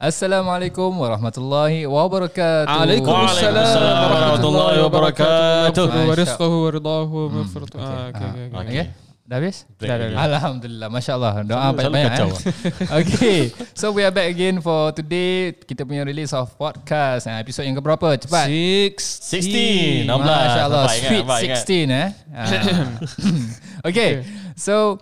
Assalamualaikum warahmatullahi wabarakatuh. Waalaikumsalam warahmatullahi wabarakatuh. Masya- Warizqahu waridhahu wa maghfiratuhu. Ah, okay, okay, okay. Okay. Dah habis? Break Dah, dah, lagi. dah. Alhamdulillah. Masya Allah. Doa Selalu- banyak-banyak. selalu Eh. okay. So we are back again for today. Kita punya release of podcast. Ah, Episod yang keberapa? Cepat. 16 16 Masya Allah Nampak ingat, Sweet nampak ingat. 16 eh Ah. okay. So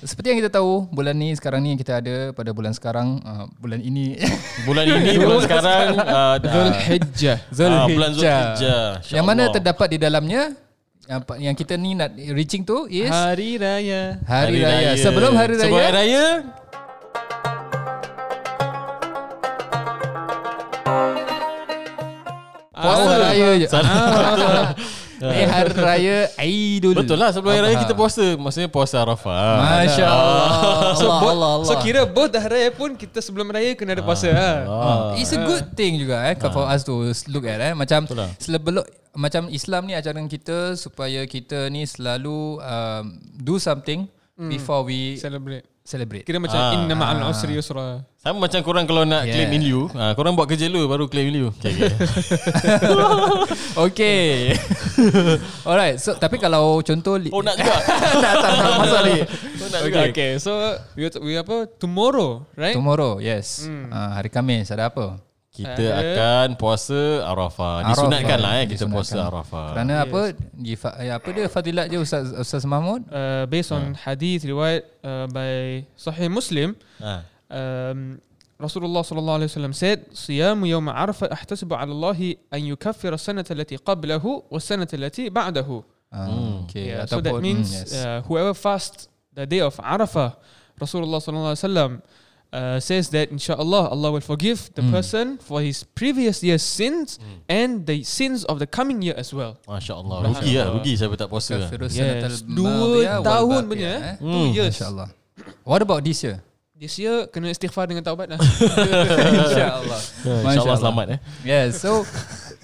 Seperti yang kita tahu Bulan ni sekarang ni Kita ada pada bulan sekarang ah, Bulan ini Bulan ini bulan sekarang uh, Dhul Hijjah. Ah, bulan Zulhijjah. Insya Yang mana Allah. terdapat di dalamnya yang pa- Yang kita ni nak reaching tu is Hari Raya. Hari, Raya. Sebelum Hari Raya Sebelum Hari Raya Ah, Puasa Raya je Ni Hari Raya Aidul Betul lah Ah. sebelum Hari Raya kita puasa Maksudnya puasa Arafah Masya Allah So, Allah, bo- Allah, so Allah. kira both dah raya pun kita sebelum raya kena ada puasa. Ah. Ah. It's a good thing juga eh for us to look at eh macam Betul lah. sebelum macam Islam ni ajaran kita supaya kita ni selalu um, do something before we Celebrate. celebrate. Kira macam Ah. inna ma'al usri yusra. Sama macam korang kalau nak Yeah. claim in lieu ah, Korang buat kerja dulu baru claim in lieu okay, okay. Okay. Alright. So tapi kalau contoh li- Oh nak juga tak tak tak masuk ni. Eh? Oh nak juga Okay. okay, so we, we apa tomorrow, right? Tomorrow, yes. Hmm. Uh, hari Khamis ada apa? Kita akan puasa Arafah Arafah. Disunatkan lah eh Kita Disunatkan. puasa Arafah Kerana apa? Di, fa- eh, apa dia fadilat je Ustaz Ustaz Mahmud? Uh, based on hadith riwayat uh, by Sahih Muslim, Ah. um, Rasulullah sallallahu alaihi wasallam said, "Siyamu yawm Arafah ahtasibu 'ala Allah an yukaffira as-sanata allati qablahu was-sanata allati ba'dahu." Hmm. Uh, okay. Yeah, so that Ataupun- means hmm, yes. uh, whoever fasts the day of Arafah, Rasulullah sallallahu alaihi wasallam uh, says that inshallah Allah will forgive the person for his previous year's sins and the sins of the coming year as well. Masya Allah Rugi lah Rugi siapa tak puasa lah. Kafirus Yes, sanatal dua madiyah wal tahun baqiyah, punya eh. eh. Two years. InsyaAllah What about this year? This year kena istighfar dengan taubat lah. InsyaAllah Insya Allah selamat eh Yes so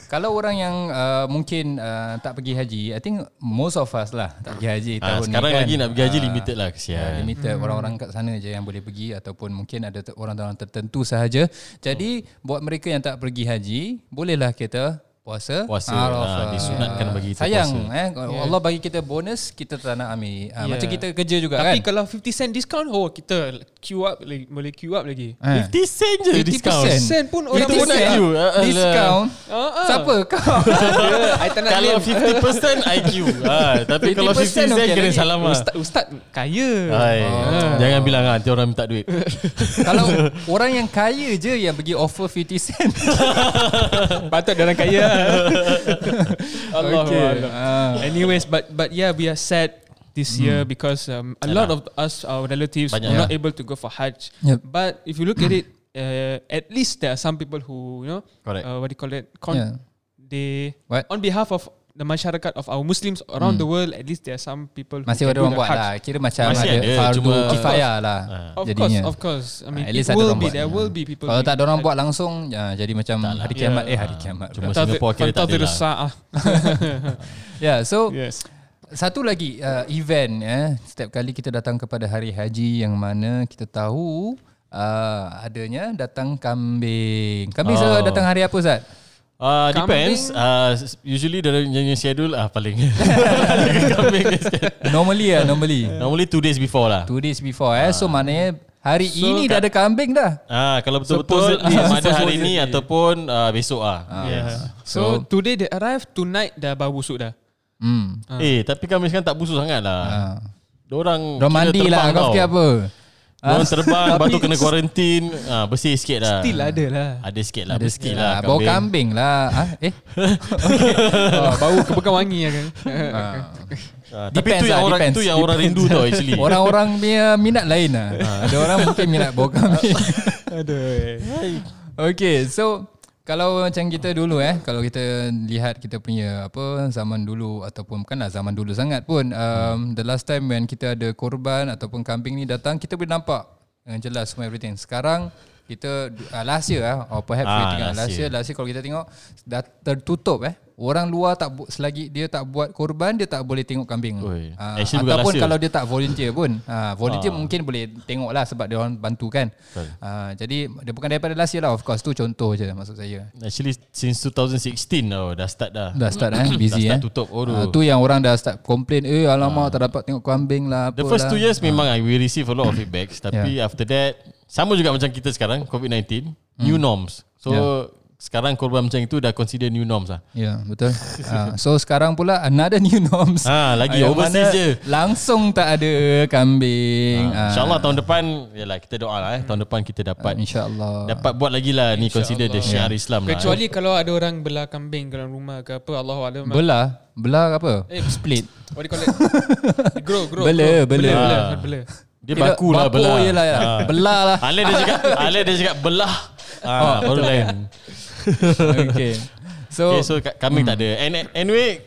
Kalau orang yang uh, mungkin uh, tak pergi haji I think most of us lah tak pergi haji Ah, tahun sekarang ni kan lagi nak pergi haji Ah, limited lah ah, kesian. limited Hmm. orang-orang kat sana je yang boleh pergi ataupun mungkin ada te- orang-orang tertentu sahaja. Hmm. Jadi buat mereka yang tak pergi haji, bolehlah kita puasa Puasa, Arafah. ah, disunatkan bagi kita Sayang eh Ya. Allah bagi kita bonus kita tak nak ambil. Ah, Yeah. macam kita kerja juga Ya. Tapi kan. kalau 50 cent discount, oh kita queue up, lagi, boleh queue up lagi. Ah. 50 cent je 50% discount. Sen pun orang Kita boleh pun nak Discount. queue. Ah, alah. Discount. Ah, ah. Siapa kau? Yeah, I tak nak Kalau 50% IQ. Ah, tapi kalau 50 cent 50% okey kena lagi. salam lah. Ustaz, Ustaz kaya. Hai. Jangan bilang ah, nanti orang minta duit. Kalau orang yang kaya je yang bagi offer 50 sen. Patut dia orang kaya. Allah Okay. Ah. Allah. Anyways, but but yeah, we are sad this year because um, a lot of us, our relatives, Hmm. Banyak. were not Yeah. able to go for Hajj. Yep. But if you look at it, uh, at least there are some people who you know, Correct. uh, what do you call it? Con- Yeah. They What? Hmm. on behalf of the masyarakat of our Muslims around the world, at least there are some people who Masih can ada do orang the buat Hajj. lah. Kira macam Masih ada, ada, fardu cuma- kifayah lah. Of jadinya. Ah, course, of course. I mean, at it least ada will orang be buat. there will be people. Kalau tak ada orang doing buat langsung, ya, jadi macam hari kiamat. Eh hari kiamat. Cuma pula. Hajj. Singapore kira tak ada Fantazir lah. Sa'ah. Ya, so ah, Yes. Satu lagi uh, event eh setiap kali kita datang kepada hari haji yang mana kita tahu uh, adanya datang kambing. Kambing Oh. selalu datang hari apa Zat? Ah, Kambing. depends. Ah, s- usually dia punya schedule ah paling. Kambing punya schedule. Normally lah, normally. Normally two days before lah. Two days before eh. So maknanya hari So, ini dah ada kambing dah. Ah, kalau betul-betul Supposedly. sama ada Supposedly. hari ni ataupun ah, besok ah. Yes. So, today they arrive, tonight dah bau busuk dah. Hmm. Eh, tapi kami sekarang tak busuk sangat lah. Uh. Diorang Dorang kira mandi lah terbang kau tau. fikir apa? Diorang terbang Lepas tu kena kuarantin ah, Bersih sikit lah Still ada lah. Ada sikit lah Ada Ada sikit sikit lah. Bawa kambing lah. Ha? Eh? Oh, bau kepekan wangi ya kan. eh. Ah, Tapi Depends tu yang lah, orang depends. Tu yang orang rindu tau actually Orang-orang punya minat lain lah. Ada orang mungkin minat bawa kambing. Aduh. Okay, so kalau macam kita dulu eh, kalau kita lihat kita punya apa zaman dulu ataupun bukanlah zaman dulu sangat pun, um, the last time when kita ada korban ataupun kambing ni datang, kita boleh nampak dengan jelas semua everything. Sekarang kita uh, last year lah, or perhaps Ah, we tengok last last year, last year kalau kita tengok dah tertutup eh. orang luar tak bu- selagi dia tak buat korban dia tak boleh tengok kambing. Oi. Ah, Actually bukan ataupun rahsia. kalau dia tak volunteer pun. Ah, volunteer Ah. mungkin boleh tengok lah sebab dia orang bantu kan. Betul. Ah, jadi dia bukan daripada last year lah of course tu contoh je maksud saya. Actually since 2016 tau Dah start dah Dah start eh busy eh. Dah start tutup oh, Ah, tu tu yang orang dah start complain eh alamak tak dapat tengok kambing lah The apalah. first two years memang I we receive a lot of feedbacks Tapi after that Sama juga macam kita sekarang COVID-19 New norms So Hmm. Yeah. sekarang korban macam itu Dah consider new norms lah Ya betul Ah, So sekarang pula Another new norms Ah, lagi Yang overseas mana je. Langsung tak ada Kambing ah, Ah, InsyaAllah tahun depan Yalah kita doa lah eh Tahun depan kita dapat InsyaAllah Dapat buat lagi lah Ni consider the syiar Islam lah eh. Kecuali kalau ada orang belah kambing dalam rumah ke apa Allah Alam. Belah Belah apa? Split What do you call it? grow, grow. Bela, grow. bela. Bela, Ah. bela. Dia baku lah Baku belah je lah ya. Ah. Belah lah Alif dia cakap Alif dia cakap belah ah, Oh, Baru lain Okay So, Okay, so ka- kami tak ada. And and- anyway,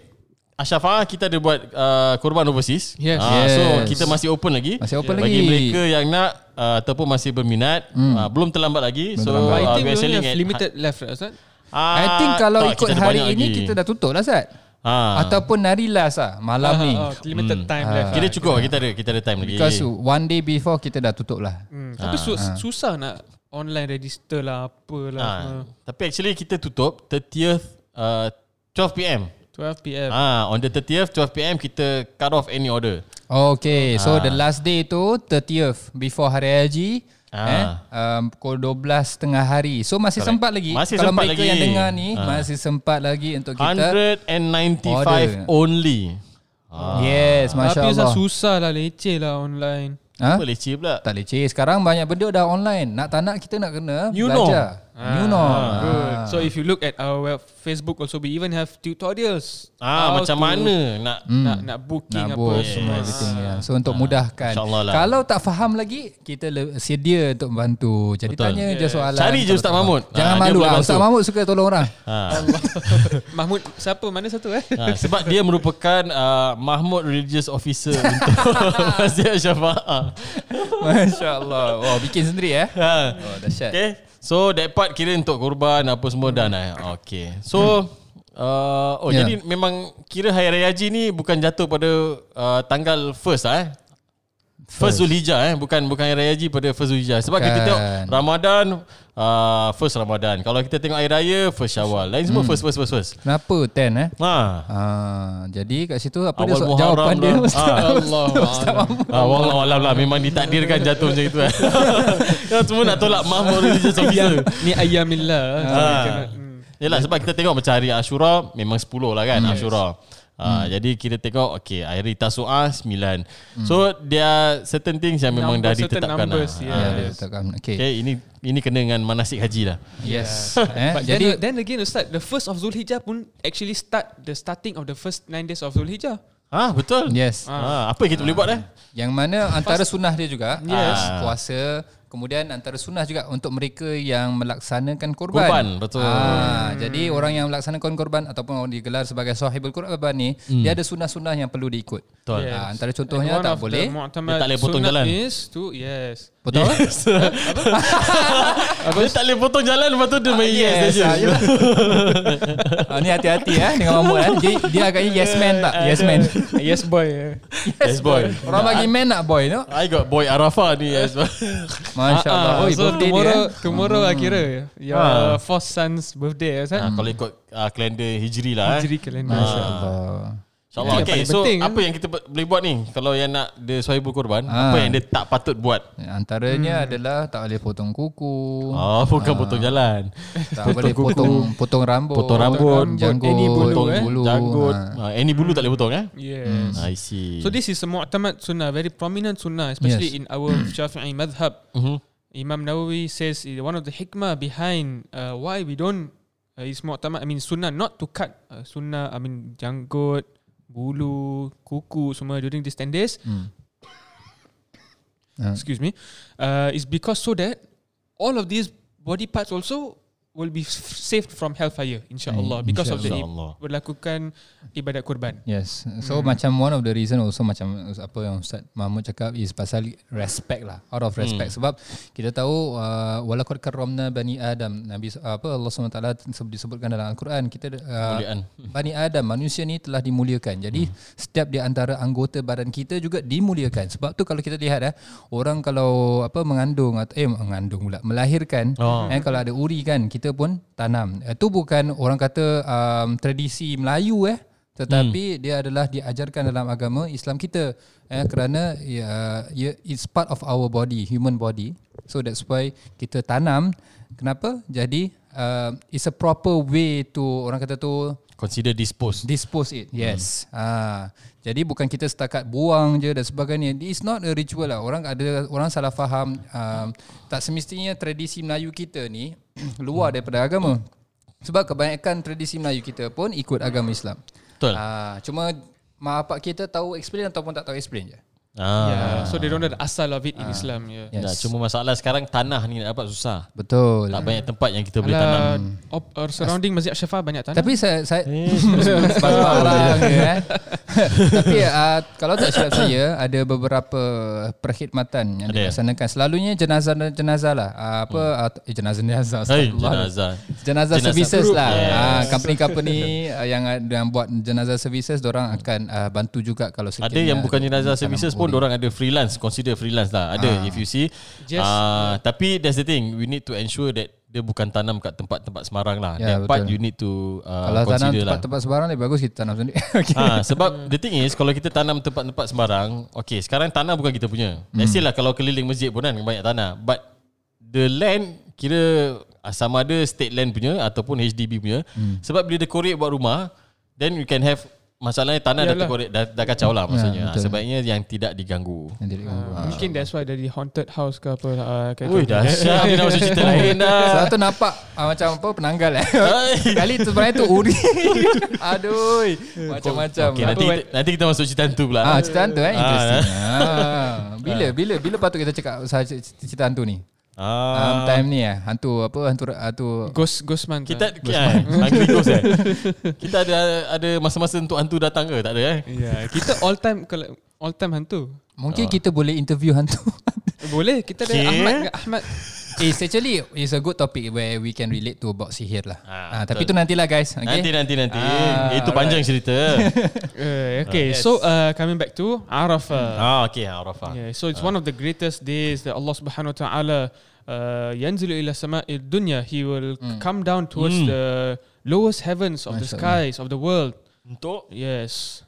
Ashrafah kita ada buat uh, korban overseas. Yes. Ah, So Yes. kita masih open lagi. Masih open Bagi lagi. Hmm. mereka yang nak uh, ataupun masih berminat, uh, belum terlambat lagi. so terlambat. I uh, think we we are only selling have limited left, right? Ustaz? Ah, I think kalau tak, ikut kita ada hari banyak ini lagi. Kita dah tutup lah Sat Ah. Ataupun hari last lah Malam Ah, ni ah, limited Hmm. time left. Kira cukup kita ada kita ada time lagi. Because one day before Kita dah tutup lah Hmm, Tapi su- susah nak online register lah, Ah, apalah. tapi actually kita tutup 30th uh, 12 PM. 12 PM. Ah, on the 30th 12 PM kita cut off any order. Okay, so the last day tu 30th before hari haji. Ah. Eh, um, pukul 12 tengah hari. So masih Correct. sempat lagi. Masih Kalau sempat mereka lagi. yang dengar ni Ah. masih sempat lagi untuk kita. 195 Order. only. Ah. Yes, Tapi masya-Allah. Ustaz susah lah, leceh lah online. Ha? Apa leceh pula? Tak leceh. Sekarang banyak benda dah online. Nak tak nak kita nak kena New belajar. Ah. New norm. Good. Ah. So if you look at our web- Facebook also, we even have tutorials. How Ah, macam to- mana nak Nak, nak booking Hmm. Nak apa book semua. semua everything ya. So untuk mudahkan. Ah. InsyaAllah lah. Kalau tak faham lagi, kita le- sedia untuk bantu. Jadi Betul. tanya je soalan. Cari je Kalau Ustaz tak faham. Mahmud. Jangan Ah, dia malu boleh ah. bantu. Ustaz Mahmud suka tolong orang. Ha. Mahmud, siapa? Mana satu eh? Ha, sebab dia merupakan uh, Mahmud Religious Officer untuk Masjid Syafa'a. Masya Allah Wah bikin sendiri eh Ha. Oh dahsyat okay. Okay. So that part kira untuk korban apa semua dah nak. Okay. So uh, oh Yeah. yeah. jadi memang kira Hari Raya Haji ni bukan jatuh pada uh, tanggal first lah eh. First Zulhijjah eh bukan bukan Hari Raya Haji pada first Zulhijjah sebab Bukan. kita tengok Ramadan uh, first Ramadan. Kalau kita tengok Hari Raya first Syawal. Lain semua first first first first. Kenapa 10 eh Ha. Ah, jadi kat situ apa dia Awal so, Muharram jawapan dia lah. Ustaz. Ah. Allah. Ah, wallah wallah lah memang ditakdirkan jatuh macam itu eh. Yang semua nak tolak mahmur religious officer. Ni ayamillah. hmm. Ah. Yalah sebab kita tengok macam hari Ashura memang 10 lah kan Ashura. Ah, jadi kita tengok okay hari Tasu'a 9. So there are certain things yang memang Number, dah certain ditetapkan. numbers, lah. yeah. Ah, Ya, dia letakkan. Okay. Okay, ini ini kena dengan manasik haji lah. Yes. Eh, But jadi then, then again Ustaz, the first of Zulhijjah pun actually start the starting of the first nine days of Zulhijjah. Ah betul. yes. Ah, apa yang kita boleh buat eh? Yang mana antara sunnah dia juga Yes. ah, puasa kemudian antara sunnah juga untuk mereka yang melaksanakan korban. Kurban, betul. Hmm. Ah, jadi orang yang melaksanakan korban ataupun orang digelar sebagai sahibul korban ni Hmm. dia ada sunnah-sunnah yang perlu diikut. Betul. Ah, antara contohnya And one tak of the boleh. mu'tamad Dia tak boleh potong sunnah jalan. Is to, yes. Betul? Dia tak boleh potong jalan lepas tu dia main yes, yes ah, saja. ya. ah, ni hati-hati eh dengan Mahmud eh. Dia, dia agaknya yes man tak? Yes man. yes boy. Yes boy. Ah, Orang bagi man nak boy tu. I got boy Arafah ni yes. Masya-Allah. Ah, Oi, so birthday dia. tomorrow, eh. tomorrow I kira your Ah. fourth son's birthday, Ustaz. Ah, kalau ikut uh, kalender Hijri lah eh. Jadi kalender. Ah. Masya-Allah. Itu InsyaAllah yang okay, paling So penting, kan? apa yang kita bu- boleh buat ni Kalau yang nak Dia suhaibul korban Ah. Apa yang dia tak patut buat Hmm. Antaranya adalah tak boleh potong kuku. Oh bukan Ah. potong jalan Tak boleh potong potong rambut. Potong rambut, janggut, any bulu, potong eh. bulu. Janggut Ha. ha. Any bulu tak boleh potong eh Yes. I see So this is a mu'tamad sunnah, very prominent sunnah, especially in our Shafi'i madhab. Mhm. Imam Nawawi says i- one of the hikmah behind uh, why we don't uh, is mu'tamad, I mean sunnah, not to cut uh, sunnah, I mean janggut, bulu, kuku semua during these 10 days. Hmm. Excuse me. Uh, is because so that all of these body parts also will be f- saved from hellfire insyaallah Hmm, because of the insyaallah. Mm, InsyaAllah. berlakukan ibadat kurban. Yes. So mm. macam one of the reason also macam apa yang Ustaz Mahmud cakap is pasal respect lah. Out of respect sebab kita tahu uh, walaqad karramna bani Adam. Nabi uh, apa Allah SWT sebut- disebutkan dalam al-Quran kita uh, Kemuliaan. bani Adam manusia ni telah dimuliakan. Jadi setiap di antara anggota badan kita juga dimuliakan. Sebab tu kalau kita lihat eh orang kalau apa mengandung atau eh mengandung pula melahirkan Oh. oh. eh kalau ada uri kan kita pun tanam. Itu bukan orang kata um, tradisi Melayu eh tetapi hmm. dia adalah diajarkan dalam agama Islam kita eh kerana ya, ya it's part of our body human body so that's why kita tanam kenapa jadi uh, it's a proper way to orang kata tu Consider disposed. dispose it yes hmm. ah jadi bukan kita setakat buang je dan sebagainya it's not a ritual lah orang ada orang salah faham um, tak semestinya tradisi Melayu kita ni Hmm. luar daripada agama sebab kebanyakan tradisi Melayu kita pun ikut agama Islam Betul. ah cuma mak bapak kita tahu explain ataupun tak tahu explain je Ah. Yeah. So they don't know the asal of it in Islam. Yeah. Yes. Nah, cuma masalah sekarang tanah ni nak dapat susah. betul Tak banyak tempat yang kita boleh tanam. Alah, op, or surrounding Masjid Ashrafah banyak tanah. Tapi saya saya Eh. barang je eh. Tapi uh, kalau tak silap saya ada beberapa perkhidmatan yang Ada. Hmm. dilaksanakan. Selalunya jenazah jenazah lah. Uh, apa uh, jenazah jenazah. Hai, astagfirullah. jenazah. Jenazah Jenazah services group. lah. Yes. Yes. Uh, company-company uh, yang yang buat jenazah services orang akan uh, bantu juga kalau lah. sekiranya Ada yang bukan jenazah services pun orang ada freelance, consider freelance lah. Ada if you see. Just- Ah, tapi that's the thing, we need to ensure that dia bukan tanam kat tempat-tempat semarang lah. Ya, that part betul. you need to uh, ah, kalau tanam consider lah. tempat-tempat sebarang lebih bagus kita tanam sendiri. okay. Ha, sebab the thing is kalau kita tanam tempat-tempat sembarang, okay sekarang tanah bukan kita punya. Let's say lah kalau keliling masjid pun kan banyak tanah. But the land kira ah, sama ada state land punya ataupun HDB punya. Sebab bila dekorate buat rumah, then you can have masalahnya tanah dah Yalah. dekorate dah, dah kacau lah maksudnya. Ha, betul. sebaiknya yang tidak diganggu. Nanti dia ganggu. Uh, Mungkin that's why dari haunted house ke apa uh, kayak Ui dah siap ni dah masuk cerita lain dah. Sebab tu nampak ah, macam apa penanggal eh. Ah. Kali tu sebenarnya tu uri. Aduh, macam-macam. Okay, nanti, Apa, nanti kita masuk cerita hantu pula. Ah, cerita hantu eh interesting. Ah. Bila bila bila patut kita cakap pasal c- c- cerita hantu ni? Um, Ah. time ni eh hantu apa hantu hantu Ghost Ghost Man. Kita kan, Angry Ghost eh. Kita ada ada masa-masa untuk hantu datang ke? Tak ada eh. yeah, kita all time kalau all time hantu. mungkin kita boleh interview hantu. Boleh kita ada Okay. Ahmad dengan Ahmad. it's actually it's a good topic where we can relate to about sihir lah. Ah, Ah, tapi tu betul. nantilah guys. Okay? Nanti nanti nanti. Ah, Itu panjang cerita. Uh, okay, Ah, Yes. so uh, coming back to Arafah. ah okey Arafah. Ya. Yeah, so it's one of the greatest days that Allah Subhanahu wa Taala uh, yanzilu ila sama'i dunya. He will come down towards Mm. the lowest heavens of the Masya skies of the world. Untuk Yes.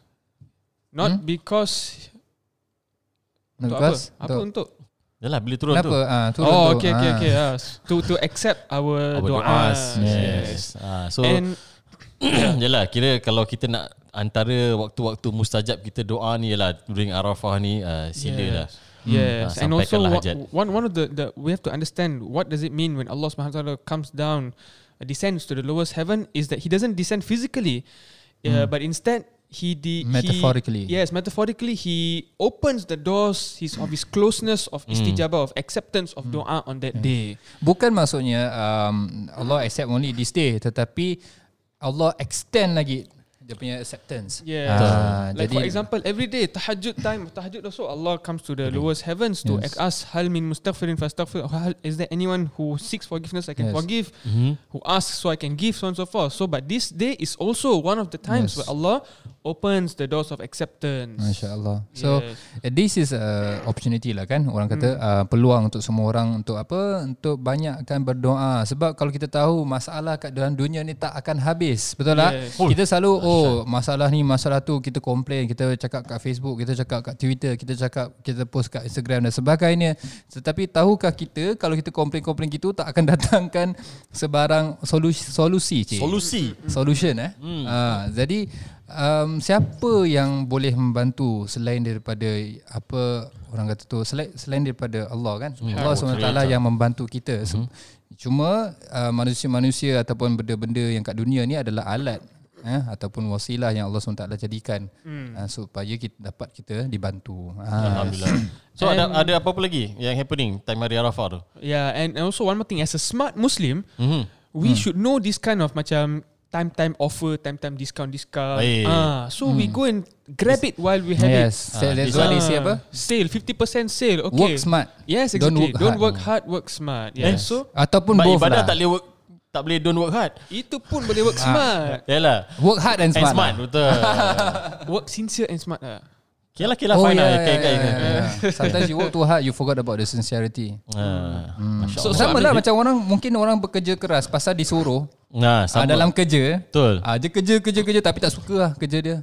Not because untuk Because, apa? Apa tu- untuk? Yalah bila turun Kenapa? tu. Ah, turun oh, tu. okay, okay, Ah. okay. ah. S- to to accept our, Our doas. doas. Yes. Ah, so And yalah kira kalau kita nak antara waktu-waktu mustajab kita doa ni ialah during Arafah ni uh, sila lah. Yes, Ah, and also sampaikanlah wha- hajat. one one of the, the we have to understand what does it mean when Allah Subhanahu wa Taala comes down, uh, descends to the lowest heaven is that He doesn't descend physically, uh, Hmm. but instead He de- he- Metaphorically. yes, metaphorically He opens the doors his, of His closeness of Hmm. istijabah of acceptance of doa on that day. Bukan maksudnya um, Allah accept only this day tetapi Allah extend lagi dia punya acceptance. Yeah. Ah, like jadi for example, every day tahajjud time, tahajjud also Allah comes to the lowest heavens to Yes. ask hal min mustaghfirin fastaghfir. Hal- Is there anyone who seeks forgiveness I can Yes. forgive? Mhm. Who asks so I can give so on and so forth. So but this day is also one of the times Yes. where Allah opens the doors of acceptance. Masya-Allah. So Yes. Hmm. uh, this is a opportunity lah kan orang kata uh, peluang untuk semua orang untuk apa untuk banyakkan berdoa sebab kalau kita tahu masalah kat dalam dunia ni tak akan habis betul tak? Yes. Oh, kita selalu oh masalah ni masalah tu kita komplain kita cakap kat Facebook kita cakap kat Twitter kita cakap kita post kat Instagram dan sebagainya tetapi tahukah kita kalau kita komplain-komplain gitu tak akan datangkan sebarang solusi solusi cik Solusi. solution eh. Hmm. Uh, jadi um, siapa yang boleh membantu selain daripada apa orang kata tu selain, selain daripada Allah kan? Allah SWT yang membantu kita. Hmm. Cuma uh, manusia-manusia ataupun benda-benda yang kat dunia ni adalah alat eh ataupun wasilah yang Allah SWT jadikan hmm. uh, supaya kita dapat kita dibantu. Ah. Alhamdulillah. So ada ada apa-apa lagi yang happening time hari Arafah tu? Yeah, and and also one more thing as a smart Muslim, Mhm. Hmm. we should know this kind of macam time time offer, time time discount discount. Baik. Ah, so we go and grab it while we have Hmm. it. Yes. So Ah, that's this what one. they say Ah, apa? Sale 50% sale. Okay. Work smart. Yes, Don't exactly. work Don't hard. work hard, work smart. Yeah. Yes. So Ataupun But both ibadah lah. tak boleh work tak boleh don't work hard. itu pun Ah. boleh work smart. Yalah. Work hard and And smart. smart lah. betul. Work sincere and smart lah. Okay lah, Oh, okay lah, fine lah. ya, Okay, okay, okay. yeah. ya. Sometimes you work too hard, you forgot about the sincerity. Ah, Masya So, Allah. sama lah macam orang mungkin orang bekerja keras pasal disuruh ah, Nah, sama. dalam kerja. Betul. Ah, dia kerja kerja kerja tapi tak suka lah kerja dia.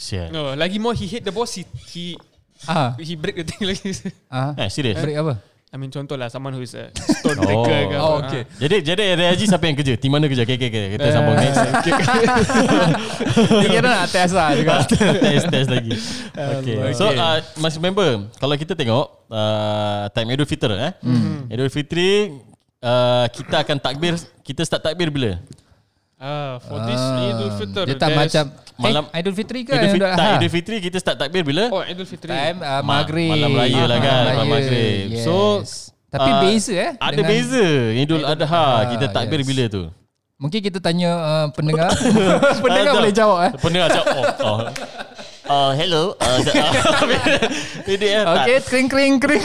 Kesian. No, lagi more he hate the boss, he he Ah, he break the thing lagi. ah. Eh, serius. Break apa? I mean contoh lah someone who is a stone breaker Oh. ke apa. Oh, okay. Jadi jadi Reaji siapa yang kerja? Tim mana kerja? Okay, okay, okay. Kita sambung next. Eh. Dia kira nak test lah juga. test test lagi. Okay. So uh, masih member kalau kita tengok uh, time Idul Fitr eh. Hmm. Idul Fitri uh, kita akan takbir kita start takbir bila? Ah, for this Idul Fitr. Dia tak there's- macam malam malam- eh, Idul Fitri ke? Idul Fitri, tak, Adha? Idul Fitri kita start takbir bila? Oh, Idul Fitri. Time uh, Ma- maghrib. Ah, malam raya lah kan, malam maghrib. So, tapi ah, beza eh. Ada dengan- beza Idul Adha kita Adha, takbir yes. bila tu? Mungkin kita tanya uh, pendengar. pendengar Ah, boleh tak. jawab eh. Pendengar jawab. Oh. oh. Uh, hello. Uh, Bedek eh. tak. Okay, kring kring kring.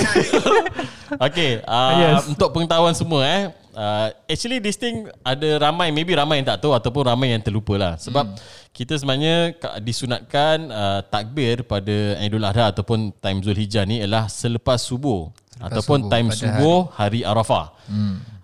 Okay uh, Yes. yes. Untuk pengetahuan semua eh uh, Actually this thing Ada ramai Maybe ramai yang tak tahu Ataupun ramai yang terlupa lah Sebab Kita sebenarnya ka- Disunatkan uh, Takbir pada Idul Adha Ataupun time Zulhijjah ni Ialah selepas subuh Ataupun subuh, subuh, time pada subuh Hari Arafah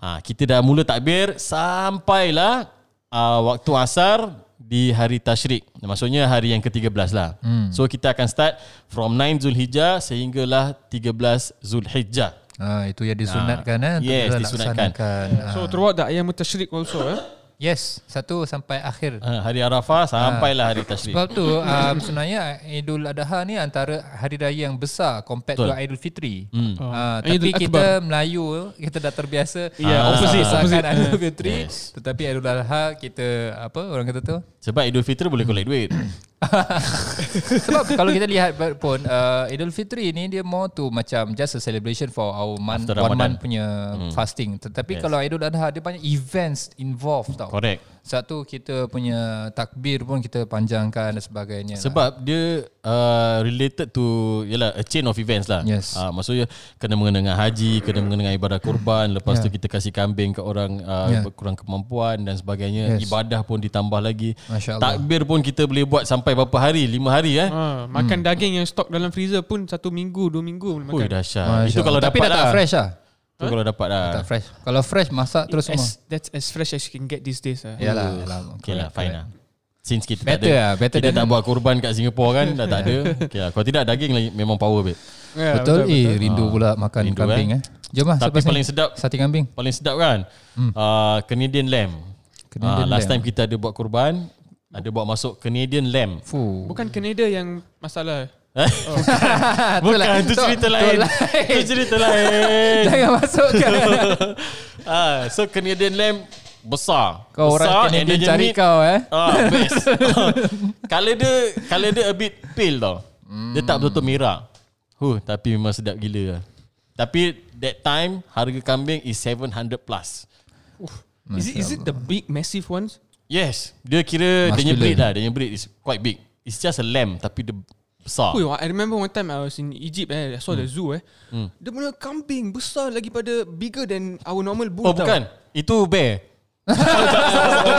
ha, Kita dah mula takbir Sampailah uh, Waktu asar di hari tashrik maksudnya hari yang ke-13 lah so kita akan start from 9 Zulhijjah sehinggalah 13 Zulhijjah Ah, itu yang disunatkan eh. untuk Yes, kita disunatkan. laksanakan. Ah. So throughout the ayam tashrik also eh. Yes, satu sampai akhir. Ha, hari Arafah sampailah hari Tashrik. Ha. Sebab tu um, sebenarnya Idul Adha ni antara hari raya yang besar compared Betul. Betul. to Idul Fitri. Hmm. Uh, tapi Idul Idul kita Melayu kita dah terbiasa Ya, ah, opposite, besarkan opposite. Idul Fitri yes. Yes. tetapi Idul Adha kita apa orang kata tu Sebab Idul Fitri boleh collect duit. Hmm. Sebab kalau kita lihat ber- pun uh, Idul Fitri ni dia more to macam just a celebration for our month After one Ramadan. Hmm. month punya fasting. Tetapi yes. kalau Idul Adha dia banyak events involved tau. Correct. Satu kita punya takbir pun kita panjangkan dan sebagainya. lah. Sebab dia uh, related to yalah a chain of events lah. Yes. Ah, maksudnya kena mengena dengan haji, kena mengena dengan ibadah kurban, lepas Ya. tu kita kasih kambing ke orang uh, Yeah. kurang kemampuan dan Ya. sebagainya. Yes. Ibadah pun ditambah lagi. Masya Allah. Takbir pun kita boleh buat sampai berapa hari? Lima hari eh. Ah, makan daging yang stok dalam freezer pun satu minggu, dua minggu boleh Ui makan. dahsyat. Itu kalau tapi dapat dah tak lah. fresh lah. Itu kalau dapat lah. Tak fresh. Kalau fresh masak terus semua. As, that's as fresh as you can get these days. Ah. Yalah, yalah. Okay lah, fine lah. Since kita Better tak ada, lah, better kita than- tak buat korban kat Singapura kan, dah tak ada. Okay lah. Kalau tidak daging lagi memang power babe. Yeah, betul, eh rindu pula makan Ah. Rindu, kambing eh. Jom lah Tapi selepas ni. paling sedap- sate kambing. Paling sedap kan hmm. uh, Canadian lamb Canadian Canadian uh, Last lamb. time kita ada buat kurban Ada buat masuk Canadian lamb Fuh. Bukan Kanada yang masalah. Bukan lah. Itu Tu- cerita tu lain lain. Itu cerita lain Jangan masukkan. Ah, So Canadian lamb Besar Kau orang Besar, and Canadian dia cari meat- kau eh. Ah, best Colour dia Colour dia a bit pale tau Hmm. Dia tak betul-betul merah huh, Tapi memang sedap gila lah. Tapi that time Harga kambing is 700 plus Is it is it the big massive ones? Yes, dia kira dia punya Masculine. breed lah. Dia punya breed is quite big. It's just a lamb tapi dia besar. Oh, I remember one time I was in Egypt eh, I saw the zoo eh. Dia punya kambing besar lagi pada bigger than our normal bull. Oh tau. bukan, itu bear.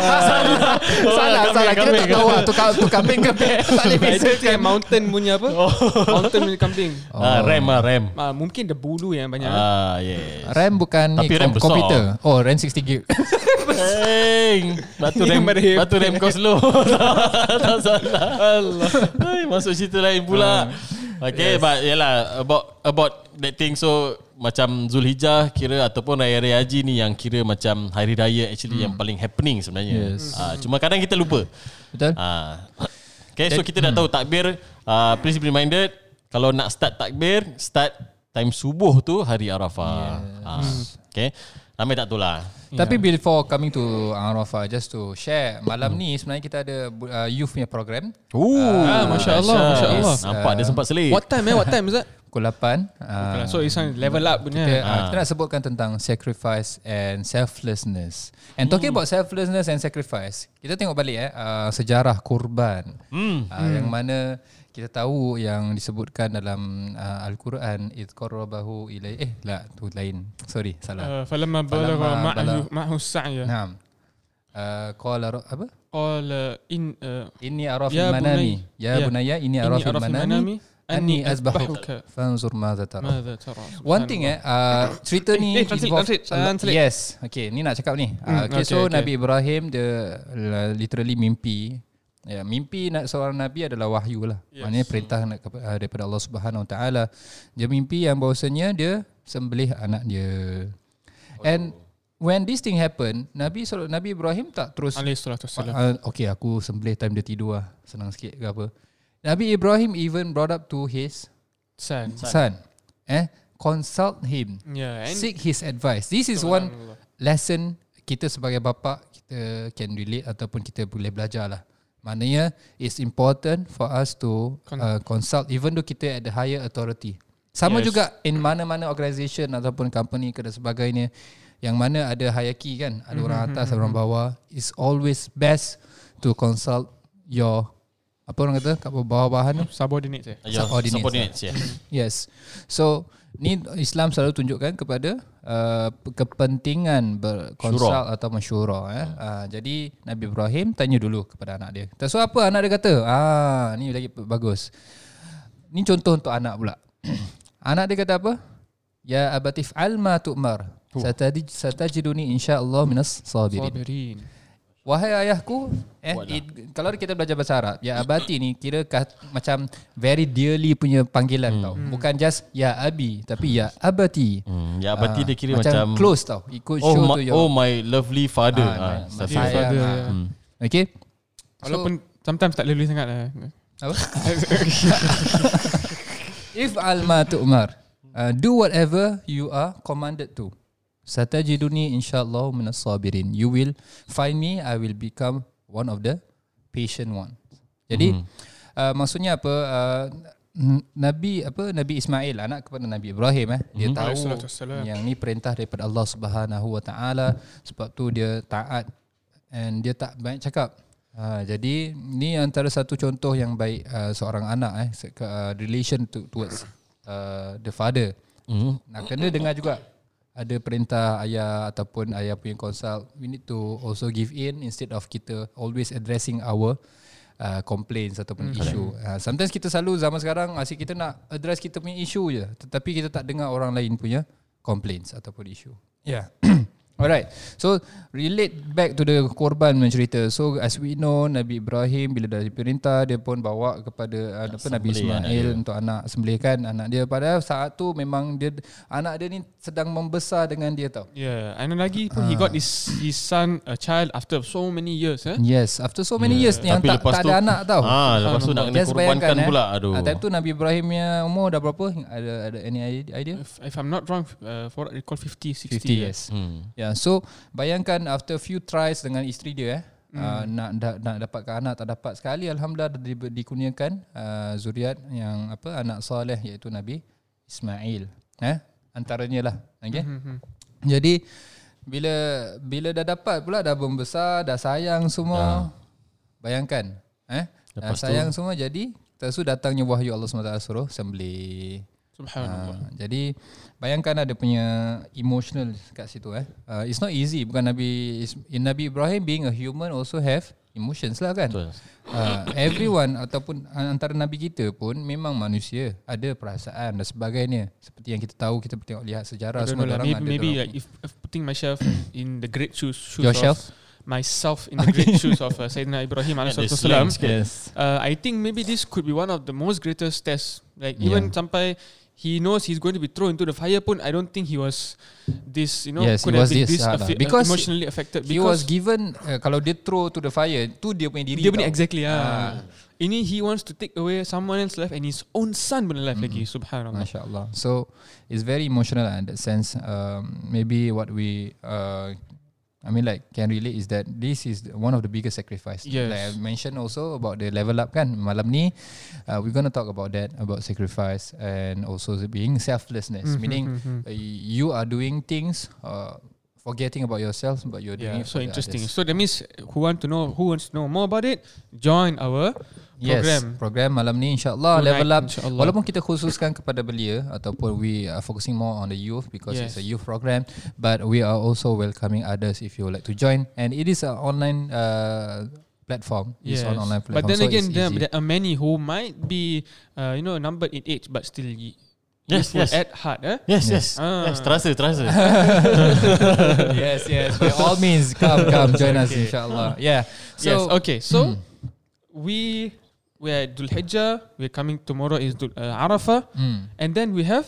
Salah, kambing, salah. Kita tak kambing. tahu lah tu, ka- tu kambing ke bear. Tak boleh I beza. think kayak mountain punya apa? Oh. Mountain punya kambing. Oh. Ah, ram ah ram. Ah, mungkin the bulu yang banyak. Ah yes. RAM bukan ni, Tapi RAM kom- besar. komputer. Oh, RAM 60 gig. Hey, batu Ini ram merep. batu ram kau slow. tak salah. Allah. Hai, masuk cerita lain pula. Okay, Ah. yes. but yalah about about that thing so macam Zulhijjah kira ataupun Raya Raya Haji ni yang kira macam hari raya actually yang paling happening sebenarnya. Hmm. Yes. Ah, cuma kadang kita lupa. Betul? Ah. Okay, so kita dah tahu takbir. Uh, please be reminded, kalau nak start takbir, start time subuh tu hari Arafah. Ah, okay, ramai tak tahu lah. Tapi before coming to Arafah, just to share, Hmm. malam ni sebenarnya kita ada bu- uh, youth punya program. Ooh, Ah, Masya Allah, Masya Allah. Nampak dia sempat selit. What time eh? What time is that? pukul 8. Uh, Bukan. So it's on level up kita, punya. ah. Ah. kita nak sebutkan tentang sacrifice and selflessness. And talking about selflessness and sacrifice, kita tengok balik eh uh, sejarah kurban. Hmm. Uh, yang mana kita tahu yang disebutkan dalam uh, al-Quran id qarrabahu ilai eh la tu lain. Sorry, salah. Uh, Uh, falamma Falamma balagha ma'ahu balagha. ma'ahu sa'ya Naam. Uh, qala ra- apa? ya. qala in uh, Inni arafil Ya manami. bunay- Ya Ya. bunayya inni inni arafil arafi manami. manami Anni anni azbahuka. azbahuka Fanzur madha tara. madha tara One thing eh uh, cerita ni Kan, Eh, eh, translate, involve- translate, translate. Hmm, Yes Okay ni nak cakap ni uh, okay, okay, So okay. Nabi Ibrahim Dia uh, literally mimpi Ya, mimpi nak seorang nabi adalah wahyu lah. Yes. Yes. Maknanya perintah nak, kepa- uh, daripada Allah Subhanahu Wa Taala. Dia mimpi yang bahawasanya dia sembelih anak dia. Oh. And when this thing happen, Nabi SAW Nabi Ibrahim tak terus alaihi salatu wassalam Uh, okay aku sembelih time dia tidur lah Senang sikit ke apa Nabi Ibrahim even brought up to his san son, Eh Consult him yeah and Seek his advice This is one lesson Kita sebagai bapa Kita can relate Ataupun kita boleh belajar lah Maknanya It's important for us to uh, Consult Even though kita at the higher authority Sama yes. Yes. juga In mana-mana organisation Ataupun company ke dan sebagainya Yang mana ada hierarchy kan Ada orang atas Ada orang bawah It's always best To consult Your Apa orang kata Kat bawah-bawahan tu subordinate eh Your Subordinates lah. subordinates yeah. Yes. So ni Islam selalu tunjukkan kepada uh, kepentingan berkonsult atau mensyura eh. Uh, jadi Nabi Ibrahim tanya dulu kepada anak dia. So apa anak dia kata? Ah ni lagi bagus. Ni contoh untuk anak pula. anak dia kata apa? Ya abatif alma tu'mar. Sataj satajiduni insyaallah minas sabirin. sabirin Wahai ayahku eh, lah. it, Kalau kita belajar bahasa Arab Ya abati ni kira kat, macam Very dearly punya panggilan tau Bukan just Ya abi Tapi ya abati Hmm, ya Ah, abati dia kira macam, Close tau It could oh, show my, to your oh my lovely father. Ah, my- Ah, stuff my like that. father, father, ah. yeah. Hmm. Okay walaupun sometimes tak lelui sangat lah Apa? If alma tu Umar uh, Do whatever you are commanded to Satajiduni insyaAllah minas sabirin You will find me I will become one of the patient one Jadi uh, maksudnya apa uh, n- Nabi apa Nabi Ismail anak kepada Nabi Ibrahim eh dia tahu Alaihissalatu wassalam. yang ni perintah daripada Allah Subhanahu Wa Taala sebab tu dia taat and dia tak banyak cakap Ha, jadi ni antara satu contoh yang baik uh, seorang anak eh se- ke- uh, relation to, towards uh, the father. Hmm. Nah kena dengar juga ada perintah ayah ataupun ayah punya consult we need to also give in instead of kita always addressing our uh, complaints ataupun mm. issue. Uh, sometimes kita selalu zaman sekarang asyik kita nak address kita punya issue je tetapi kita tak dengar orang lain punya complaints ataupun issue. Yeah. Alright. So relate back to the korban punya cerita. So as we know Nabi Ibrahim bila dah diperintah dia pun bawa kepada uh, apa Nabi sembelih anak Ismail untuk anak sembelihkan anak dia padahal saat tu memang dia anak dia ni sedang membesar dengan dia tau. yeah Ya, and then lagi pun Ah. he got his his son a child after so many years eh Yes, after so many yeah. years ni yang tak, Tapi lepas tak tu- ada anak tau. Ah, lepas tu nak kena Just korbankan Oh. bayangkan, pula. Aduh. Ah, time tu Nabi Ibrahim punya umur dah berapa? Ada ada any idea? if, if I'm not wrong uh, for I recall 50 60 50 years. Hmm. Ya, yeah, so bayangkan after few tries dengan isteri dia eh mm. uh, nak da, nak dapatkan anak tak dapat sekali alhamdulillah dah di, dikurniakan uh, zuriat yang apa anak soleh iaitu Nabi Ismail. Eh antaranya lah. Okey. Mm-hmm. Jadi bila bila dah dapat pula dah membesar, dah sayang semua. Bayangkan eh dah Ya. Lepas tu- sayang semua jadi lepas tu datangnya wahyu Allah SWT suruh sembelih. subhanallah Ha, jadi bayangkan ada punya emotional kat situ eh. Uh, it's not easy bukan Nabi Is- Nabi Ibrahim being a human also have emotions lah kan. Betul. Uh, everyone ataupun antara nabi kita pun memang manusia, ada perasaan dan sebagainya. Seperti yang kita tahu kita tengok lihat sejarah I don't semua know lah. orang Maybe, ada. maybe dorang like if, if putting myself in the great shoes, shoes Yourself? of myself in the great shoes of uh, Sayyidina Ibrahim At the Alaihissalam. slang sikit. Uh, I think maybe this could be one of the most greatest tests. Like Yeah. even sampai he knows he's going to be thrown into the fire pun I don't think he was this you know Yes, could he have was been this this, hard lah. affi- Because emotionally affected He was because given uh, kalau dia throw to the fire, tu dia punya diri. dia punya tau. exactly ah. Ini he wants to take away someone else's life and his own son punya life lagi subhanallah. Masya Allah. So it's very emotional lah in that sense. Um, maybe what we uh, I mean like can relate is that this is one of the biggest sacrifice. Yes. Like I mentioned also about the level up kan malam ni uh, we're going to talk about that about sacrifice and also the being selflessness Mhm, meaning mhm. uh, you are doing things uh, forgetting about yourself but you're doing Yeah, it so for the interesting. others. So that means who want to know who wants to know more about it, join our Yes, program. program malam ni insyaallah Tonight, Ah, level up. insyaallah. Walaupun kita khususkan kepada belia ataupun we are focusing more on the youth because Yes. it's a youth program, but we are also welcoming others if you would like to join and it is an online uh, platform. It's on online platform. But then so again, it's there, easy. there are many who might be, uh, you know, numbered in age but still ye- Yes, youthful yes. at heart. Eh? Yes, yes. Yes. Ah. Yes, terasa, terasa. yes, yes. By all means, come, come, join us, Okay. inshallah. Yeah. So, yes. Okay. Hmm. So we we are at Dhul Hijjah. We're coming tomorrow is Dhul, uh, Arafah, mm. and then we have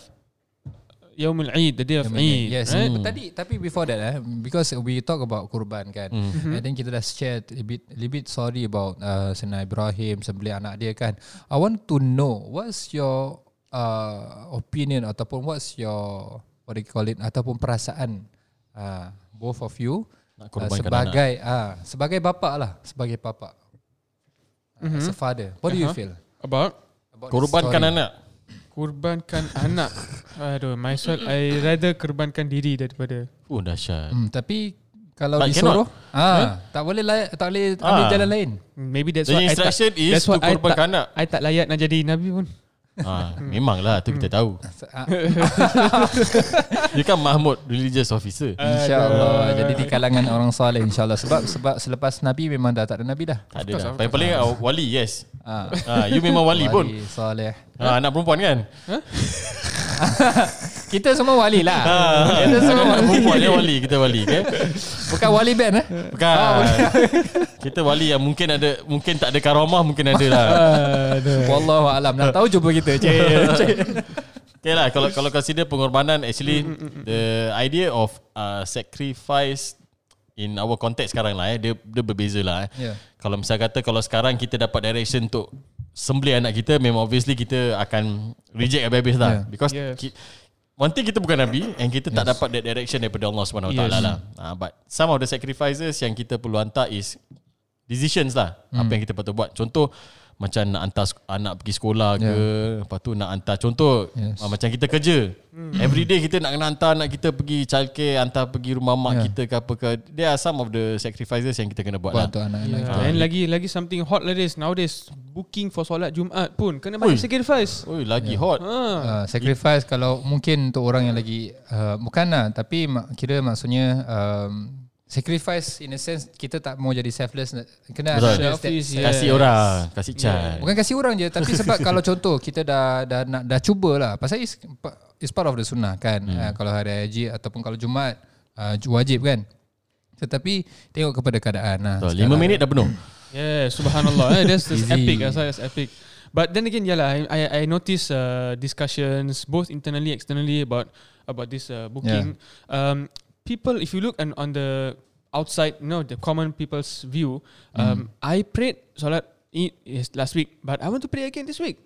Yom Al Eid, the day of Yang penting. Eid. Yes. Right? Hmm. But Tadi tapi before that eh because we talk about kurban kan. Hmm. And then kita dah share a bit a bit sorry about uh, Sena Ibrahim sembelih anak dia kan. I want to know what's your uh, opinion ataupun what's your what do you call it ataupun perasaan uh, both of you Nak uh, korbankan anak. sebagai uh, sebagai bapa lah sebagai bapa uh, as a father what do you Uh-huh. feel About about this Korbankan story? anak. kurbankan anak. Aduh, myself, I rather kurbankan diri daripada Oh, dahsyat. hmm, tapi kalau But Eh? disuruh ah tak boleh lay- tak boleh ambil Ah. jalan lain Maybe that's The why I instruction tak, is that's why to I korbankan tak, anak. I tak layak nak jadi Nabi pun ha, memanglah tu kita tahu. Ah, Dia kan Mahmud religious officer. InsyaAllah Jadi di kalangan orang soleh InsyaAllah Sebab sebab selepas Nabi Memang dah tak ada Nabi dah Tak ada lah. Paling-paling ah, wali, yes. ha. Ha, you memang wali pun. Soleh Ha, anak perempuan kan? Kita semua wali lah Ha, Kita semua anak wali perempuan dia wali, kita wali ke? Bukan wali band eh Bukan. kita wali yang mungkin ada mungkin tak ada karamah mungkin ada lah. Wallahu alam Nak tahu jumpa kita Cik Ya. Okay lah kalau kalau consider pengorbanan actually the idea of uh, sacrifice in our context sekarang lah eh, dia dia berbeza lah eh. Yeah. Kalau misal kata kalau sekarang kita dapat direction untuk sembelih anak kita memang obviously kita akan reject habis-habis lah Yeah. because Yes. ki, one thing kita bukan nabi and kita yes. tak dapat that direction daripada Allah Subhanahu yes. Yes. taala lah. Uh, but some of the sacrifices yang kita perlu hantar is decisions lah hmm. apa yang kita patut buat contoh macam nak hantar sek- anak pergi sekolah ke yeah. lepas tu nak hantar contoh yes. Yes. macam kita kerja hmm. every day kita nak kena hantar anak kita pergi childcare hantar pergi rumah mak yeah. Yeah. kita ke apa ke there are some of the sacrifices yang kita kena buat, Buat buat untuk lah anak-anak yeah. kita And lagi lagi something hot like this Nowadays Booking for solat Jumaat pun Kena Ui. banyak sacrifice oi lagi yeah. hot ah. Uh, sacrifice kalau mungkin untuk orang yang lagi uh, bukan lah tapi mak, kira maksudnya um, sacrifice in a sense kita tak mau jadi selfless kena Betul. ada that- Selfish, yeah. kasih orang kasih chai Bukan kasih orang je Tapi sebab kalau contoh Kita dah dah nak dah cuba lah Pasal is, is part of the sunnah kan hmm. uh, Kalau hari haji Ataupun kalau Jumaat uh, Wajib kan Tetapi Tengok kepada keadaan lah Betul, lima minit dah penuh Yeah Subhanallah eh, That's, that's Easy. epic That's, that's epic But then again Yalah I, I, I notice uh, Discussions Both internally Externally About About this uh, booking um, People If you look on, on the Outside You know The common people's view Mm. um, I prayed Solat Eid yes, Last week But I want to pray again this week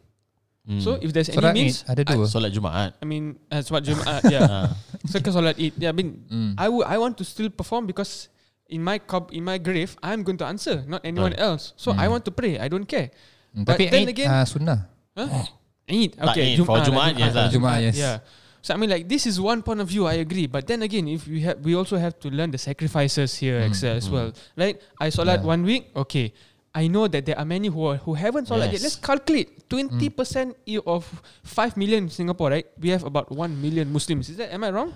Hmm. So if there's any Solat Mm. means Ah, Eid ada dua solat Jumaat I mean, as what Jum, uh, yeah. so because solat Eid, yeah. I mean, Mm. I would, I want to still perform because in my cob, in my grave, I'm going to answer, not anyone else. So I want to pray. I don't care. Hmm, but Tapi then Eid again- uh, sunnah Huh? Eid, Eh. Tak okay, Eid, for Jumaat, yes ah. lah. Jumaat, yes. yeah. So I mean, like this is one point of view. I agree, but then again, if we have, we also have to learn the sacrifices here Hmm, ex- as well. Right? I solat Yeah. one week, okay. I know that there are many who are, who haven't solat yet. Yes. Hmm. Let's calculate twenty percent of five million Singapore, right? We have about one million Muslims. Is that am I wrong?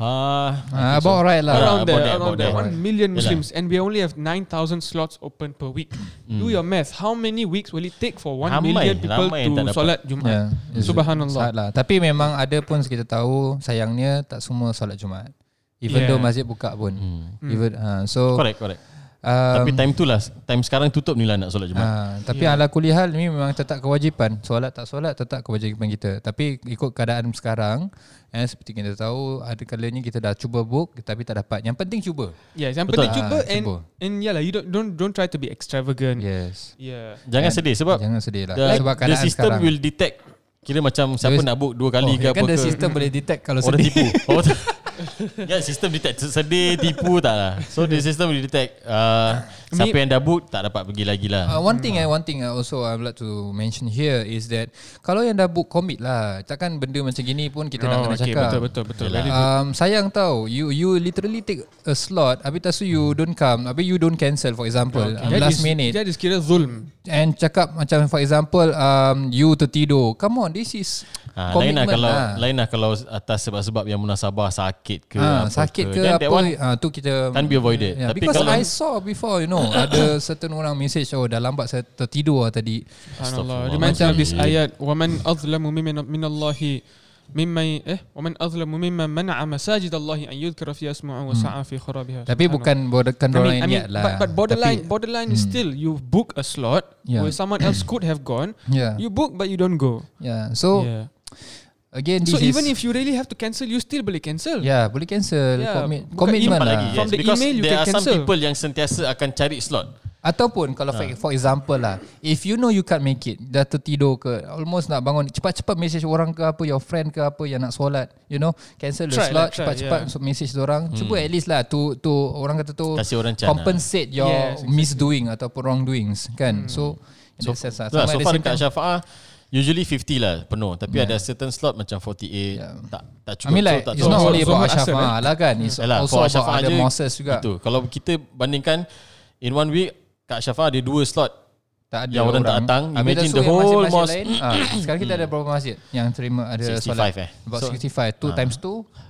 ha uh, About right lah Around around there, that, about around there, that. one million Yelah. Muslims, and we only have nine thousand slots open per week. Do your math. How many weeks will it take for one Hmm. Ramai, million people ramai yang tak to dapat. solat Jumaat? Yeah, it's Subhanallah. sad lah. Ya. Tapi memang ada pun kita tahu Sayangnya tak semua solat Jumaat Even Yeah. Hmm. though masjid buka pun Even, uh, So Hmm. correct correct um, tapi time tu lah time sekarang tutup ni lah nak solat Jumaat Ha, tapi yeah. Ya. ala kulihal ni memang tetap kewajipan. Solat tak solat tetap kewajipan kita. Tapi ikut keadaan sekarang, eh, seperti kita tahu ada kalanya kita dah cuba book tapi tak dapat. Yang penting cuba. Yes, yang Betul. penting cuba Ah, and cuba. and yeah lah, you don't don't don't try to be extravagant. Yes. Yeah. jangan sedih Ah, sebab kan? Jangan sedih lah. the, Sebab the keadaan system sekarang. will detect kira macam siapa Dia- nak book dua oh, kali ke apa kan ke the system boleh detect kalau orang sedih. tipu oh, tak. Ya sistem detect Sedih tipu tak lah So the system will detect uh, Siapa yang dah book Tak dapat pergi lagi lah Uh, one thing eh, one thing eh, also I would like to mention here is that kalau yang dah book commit lah, takkan benda macam gini pun kita oh, nak kena okay, cakap. betul betul betul. Yelah. Very good. Um, sayang tau You you literally take a slot Habis tak so you don't come Habis you don't cancel For example okay. um, That Last is- minute That is kira zulm. And cakap macam For example um, You tertidur Come on This is Ha, lain commitment lah kalau lah. lain lah kalau atas sebab-sebab yang munasabah sakit ke Ah, apa sakit ke Then apa that one ah, tu kita can be avoided. yeah, Tapi because kalau- I saw before you know ada certain orang message oh dah lambat saya tertidur lah tadi Subhanallah. Astaghfirullah. Reminds me of this Macam- ayat وَمَنْ أَظْلَمُ مِمَّنْ مِنَ اللَّهِ ممن eh ومن أظلم ممن منع مساجد الله أن يذكر فيها اسمه وسعى في Hmm. خرابها tapi Subhanallah. bukan bukan I mean, orang I mean, niat lah but, but Tapi- borderline Hmm. borderline is still you book a slot Yeah. where someone else could have gone yeah you book but you don't go yeah so yeah. again so this even is if you really have to cancel you still boleh cancel yeah boleh cancel Yeah, commit bukan commitment Nampak lah lagi kan. From yes. the Because email, you there can are some cancel. people Yang sentiasa akan cari slot Ataupun kalau Ha. for, for example lah If you know you can't make it Dah tertidur ke Almost nak bangun Cepat-cepat message orang ke apa Your friend ke apa Yang nak solat You know Cancel the Try slot lah, try, Cepat-cepat yeah. message orang hmm. Cuba at least lah to, to Orang kata tu Kasih orang Oh, chance Compensate your Yes, exactly. misdoing Ataupun wrongdoings Kan hmm. So in that sense lah. Sama lah, So ada far same dekat time- Syafa'ah Usually 50 lah penuh Tapi ada certain slot Macam 48 Tak tak I cukup mean like so, tak It's tahu. not So- only so about much Ashraf asal, eh? ah, lah kan It's Yalah, also for about Ashrafah other je, Moses juga Itu Kalau kita bandingkan In one week Kak Syafa'ah ada dua slot Tak ada Yang orang tak datang, Habis imagine lepas tu the yang whole masjid-masjid mosque. lain, ah, Sekarang kita ada berapa masjid Yang terima ada 65 solat eh. About So- 65 2 times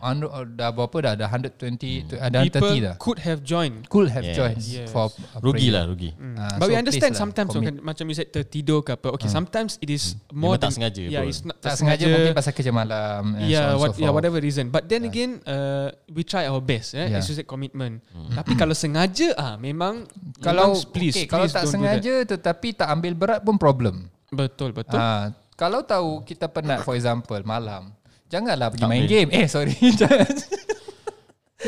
2 Dah berapa dah Dah 120 tu- Ada people 130 dah could have joined Cool have Hmm. Yes. joined Yes. For a Rugi prayer. lah rugi Ah, But so we understand please lah, sometimes commit. Ah. okay, macam you said tertidur ke apa. Okay, sometimes it is more Memang tak than- sengaja Yeah, pun. it's not Tak sengaja mungkin pasal kerja malam and so on Yeah, and so what, yeah, forth. whatever reason. But then again, uh, we try our best. Yeah. Eh? Hmm. It's just a commitment. Tapi kalau sengaja, ah, memang Kalau memang please, okay, please Kalau tak don't do that. sengaja Tetapi tak ambil berat pun problem betul betul. Ah, Kalau tahu Kita penat for example Malam Janganlah pergi Tak main boleh. game Eh sorry Jangan-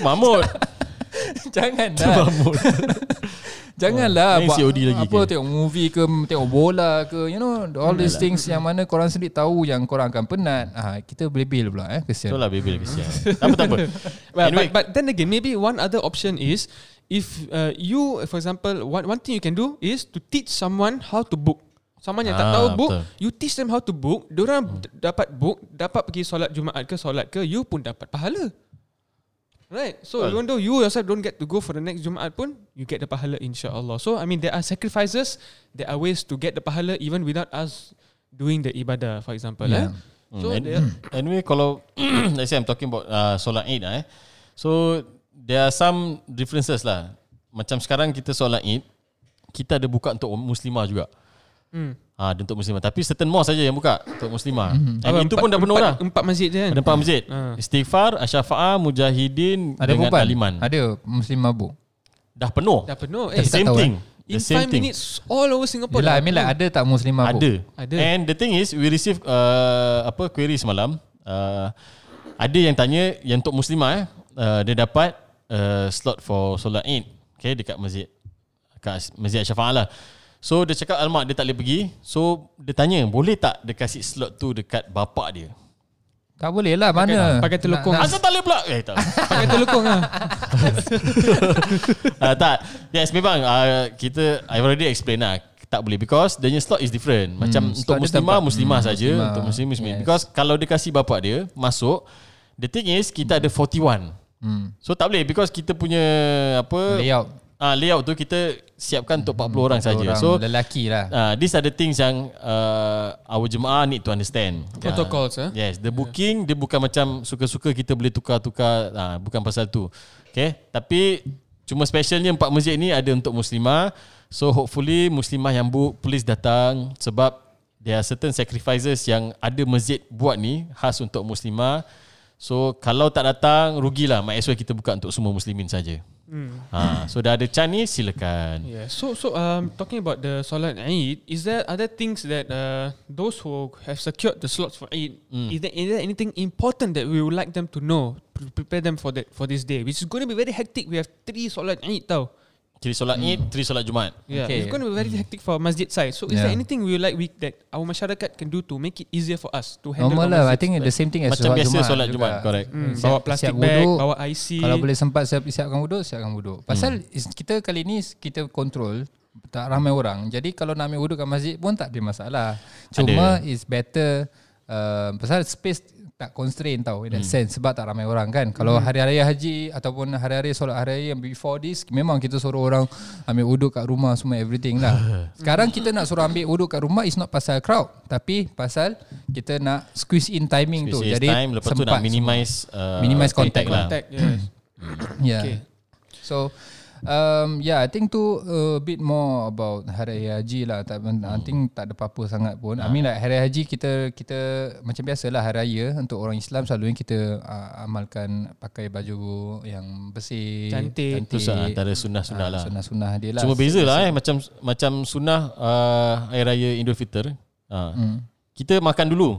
Mamut Janganlah Mamut Janganlah lah. Main buat COD lagi apa ke? lah. tengok movie ke tengok bola ke you know all these things yang mana korang sendiri tahu yang korang akan penat. Ah kita belibil pula eh kesian. Itulah baby kesian Tak apa tak apa Well, Anyway, but, but then again, maybe one other option is if uh, you, for example, one, one thing you can do is to teach someone how to book. Someone yang tak Ah, tahu book, betul. Hmm. you teach them how to book. Diorang d- dapat book, dapat pergi solat Jumaat ke solat ke, you pun dapat pahala. Right. So Betul. even though you yourself don't get to go for the next Jumaat pun, you get the pahala insya-Allah. So I mean there are sacrifices, there are ways to get the pahala even without us doing the ibadah for example, Yeah. eh. So Hmm. and, there, anyway, kalau let's say I'm talking about uh, solat Eid lah, eh. So there are some differences lah. Macam sekarang kita solat Eid, kita ada buka untuk muslimah juga. Hmm. Ah, ada untuk muslimah. Tapi certain mosque saja yang buka untuk muslimah. Hmm. And apa, itu pun dah penuh empat- orang. Empat masjid je kan. Ada empat masjid. Ah. Istighfar, Asyafaah, Mujahidin Ada dengan perempuan? Aliman. Ada muslim mabuk. Dah penuh. Dah penuh. The Eh, same tahu, eh. thing. In The five same thing. minutes all over Singapore. Yalah, I dah mean like penuh. ada tak muslim mabuk? lah. Ada. Ada. And the thing is we receive uh, apa query semalam. Uh, ada yang tanya yang untuk muslimah eh uh, dia dapat uh, slot for solat Eid okay dekat masjid kat Masjid Asy-Syafaah lah. So dia cakap alamak dia tak boleh pergi. So dia tanya boleh tak dia kasih slot tu dekat bapak dia. Tak boleh lah mana. pakai telukong. Nak- nak- Asal tak boleh pula? Eh tak. pakai telukong ah. uh, tak. Yes memang uh, kita I've already explain lah tak boleh because the slot is different. Macam Hmm, slot dia untuk muslimah tempat. muslimah Hmm, saja, muslimah. untuk muslim muslim. Yes. Because kalau dia kasih bapak dia masuk, the thing is kita ada 41. Hmm. So tak boleh because kita punya apa Layout. Hmm, Ah layout tu kita siapkan untuk 40 orang saja. Orang So lelaki lah. Uh, these are the things yang uh, our jemaah need to understand. Protocols, eh? Yes, the booking dia bukan macam suka-suka kita boleh tukar-tukar, uh, bukan pasal tu. Okay, tapi cuma specialnya empat masjid ni ada untuk muslimah. So hopefully muslimah yang book please datang sebab there are certain sacrifices yang ada masjid buat ni khas untuk muslimah. So kalau tak datang rugilah might as well kita buka untuk semua muslimin saja. Hmm. Ha, so dah ada chance ni silakan. Yeah. So so um talking about the solat Eid, is there other things that uh those who have secured the slots for Eid, Hmm. is there is there anything important that we would like them to know to prepare them for that for this day, which is going to be very hectic. We have three solat Eid tau. Kiri solat Eid, kiri solat Jumaat. Yeah, Okay. it's going to be very hectic for masjid side. So, Hmm. is Yeah. there anything we like we that our masyarakat can do to make it easier for us to handle? Normal our lah I masjid? think the same thing as Macam biasa Jumaat solat juga. Jumaat, correct. Hmm, siap- bawa plastik siap bag, wuduk. bawa IC. Kalau boleh sempat siap, siapkan wuduk, siapkan wuduk. Pasal Hmm. is- kita kali ni kita kontrol tak ramai orang. Jadi kalau nak ambil wuduk kat masjid pun tak ada masalah. Cuma is better uh, pasal space tak constraint tau in that Hmm. sense sebab tak ramai orang kan. Kalau hari-hari haji ataupun hari-hari solat hari-hari yang before this memang kita suruh orang ambil wuduk kat rumah semua everything lah. Sekarang kita nak suruh ambil wuduk kat rumah is not pasal crowd tapi pasal kita nak squeeze in timing Which tu. is Jadi time, lepas tu nak sempat semua. minimize uh, Minimise contact lah. Contact, yes. Hmm. Yeah. Okay. So um, yeah, I think tu a bit more about hari raya haji lah. Tak, hmm. I think tak ada apa-apa sangat pun. Ah. I mean like hari raya haji kita kita macam biasalah hari raya untuk orang Islam selalunya kita uh, amalkan pakai baju yang bersih, Cantik. Itu sah- antara sunnah-sunnah lah. Sunnah-sunnah dia ah, lah. Cuma beza lah eh macam macam sunnah uh, air raya Idul Fitr. Ha. Hmm. Kita makan dulu.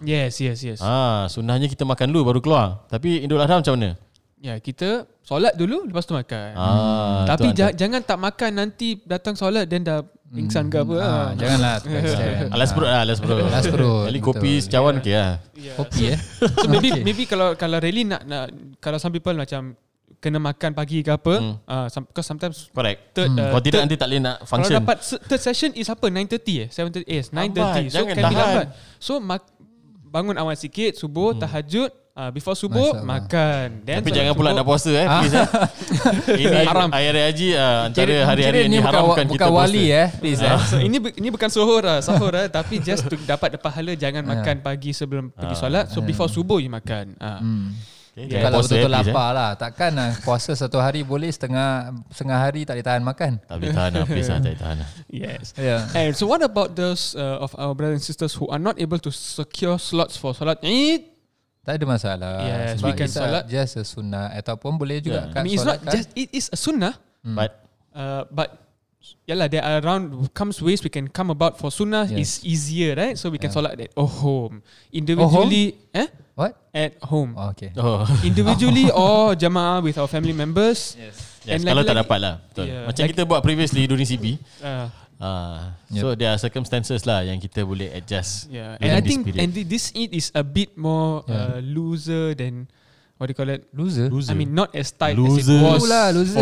Yes, yes, yes. Ah, sunnahnya kita makan dulu baru keluar. Tapi Idul Adha macam mana? Ya, kita solat dulu lepas tu Hmm. makan. Ah, Tapi tu ja- jangan tak makan nanti datang solat then dah pingsan ke Hmm. apa. Ah, Ah, janganlah. antara- alas perut lah, alas perut. Alas perut, Jadi betul. kopi secawan okey lah. Yeah. Kopi eh. So maybe maybe kalau kalau really nak, nak kalau some people macam kena makan pagi ke apa, Hmm. ah, some, because sometimes Correct. third uh, Hmm. Eh, Kalau tidak third- nanti tak boleh nak Kalau function. dapat se- third session is apa 9.30 eh 7.30 eh it's 9.30 So jangan can be tahan. Hmm. lambat So mak- bangun awal sikit Subuh tahajud uh, Before Masya subuh Allah. makan Then Tapi solat jangan pula subuh. nak puasa Ah. eh please eh. Ini Haram. haram. Air raya haji ah, antara hari-hari yang ni bukan, diharamkan kita bukan wali puasa. eh. Please eh. So ini bu- ini bukan suhur lah Sahur lah Tapi just to dapat pahala Jangan Ah. makan pagi sebelum pergi solat So before subuh you makan Ah. Hmm. Okay, Yeah, jangan kalau puasa, eh, betul-betul please, eh. lapar lah Takkan lah Puasa satu hari boleh Setengah setengah hari tak boleh tahan makan Tak boleh tahan lah, please lah, tak boleh tahan lah. Yes Ya yeah. And so what about those uh, of our brothers and sisters who are not able to secure slots for solat Eid? Tak ada masalah. Yes, Sebab we can it's a- solat. Just a sunnah ataupun boleh juga yeah. Yeah. kan I mean, it's not solatkan. just it is a sunnah But Uh, but yeah lah, there are around comes ways we can come about for sunnah Yes. is easier, right? So we Yeah. can solat at oh, home individually, eh? What? At home Oh, okay. oh, individually or jamaah with our family members. Yes. yes, And kalau tak lagi-lagi- dapat lah. Betul. Yeah. Macam Lagi- kita buat previously during CB. Uh, Ah, So there are circumstances lah yang kita boleh adjust. yeah, and during I this think period. and thi- this Eid is a bit more uh, looser than what do you call it? Loser. I mean, not as tight Looser. as it was. Loser lah, loser.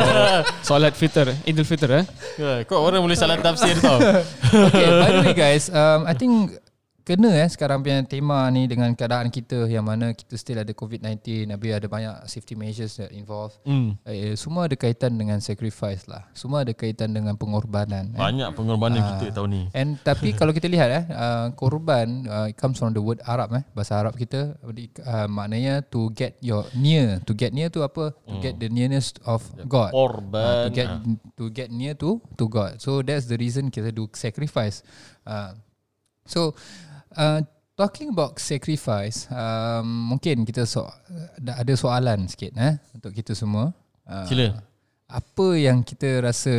for Solat fitr, Idul fitr, eh? Yeah, Kau orang boleh salah tafsir tau. okay, by the way guys, um, I think kena eh sekarang punya tema ni dengan keadaan kita yang mana kita still ada COVID-19, tapi ada banyak safety measures that involved. Hmm. Eh, semua ada kaitan dengan sacrifice lah. Semua ada kaitan dengan pengorbanan. eh. Banyak pengorbanan kita tahun ni. And tapi kalau kita lihat eh uh, korban uh, it comes from the word Arab eh bahasa Arab kita uh, maknanya to get your near to get near tu apa to get the nearness of Ah, kan- God Korban. to get to get near to to God so that's the reason kita do sacrifice uh, so uh, talking about sacrifice um, mungkin kita so, ada soalan sikit eh untuk kita semua uh, Ah. Sila. apa yang kita rasa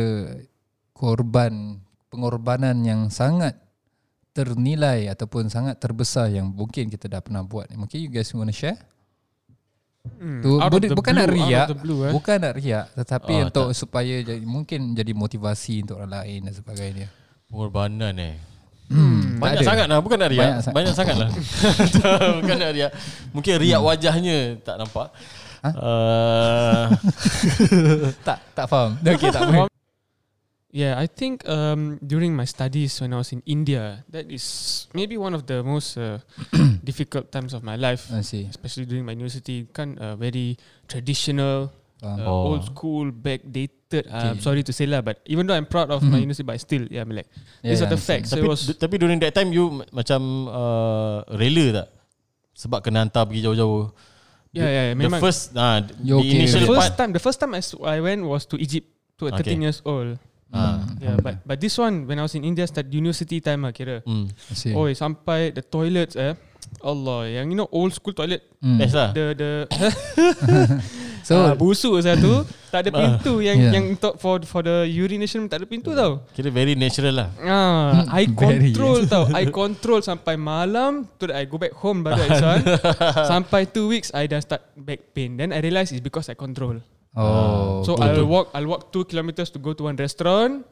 korban pengorbanan yang sangat ternilai ataupun sangat terbesar yang mungkin kita dah pernah buat. Mungkin you guys want to share? Hmm, Tu out bukan of the bukan blue, nak out of riak, the blue, eh? bukan nak riak tetapi Ah, untuk supaya jadi, mungkin jadi motivasi untuk orang lain dan sebagainya. Pengorbanan eh. Hmm, tak Banyak ada. sangat lah Bukan nak riak Banyak Banyak, sangat. Banyak sangat lah Bukan nak riak Mungkin riak wajahnya Tak nampak uh, Tak tak faham. Okey tak faham. Yeah, I think um, during my studies when I was in India, that is maybe one of the most uh, difficult times of my life, I see. especially during my university. Kan uh, very traditional, uh, Faham. Oh. old school, backdated. Uh, I'm Okay. Mm-hmm. sorry to say lah, but even though I'm proud of my university, but still, yeah, I'm like Yeah, these yeah, are the understand. facts. tapi, it was d- tapi during that time You ma- macam uh, Rela tak Sebab kena hantar pergi jauh-jauh yeah, yeah, yeah, The memang- first uh, You The okay initial the with part first time, the first time I, s- I went was to Egypt to a 13 Okay. years old. Ah. Yeah, but but this one when I was in India, start university time, lah kira. Hmm. I see. Oi, sampai the toilets eh. Allah, yang you know old school toilet Hmm. Best lah the the So ah, busu satu tak ada pintu Ah. yang Yeah. Hmm. yang untuk for for the urination tak ada pintu tau. Kira very natural lah Ah, I Very, control tau. I control sampai malam tu I go back home baru I this one. sampai two weeks I dah start back pain. Then I realise it's because I control. Oh. So betul. I'll walk I'll walk two kilometers to go to one restaurant,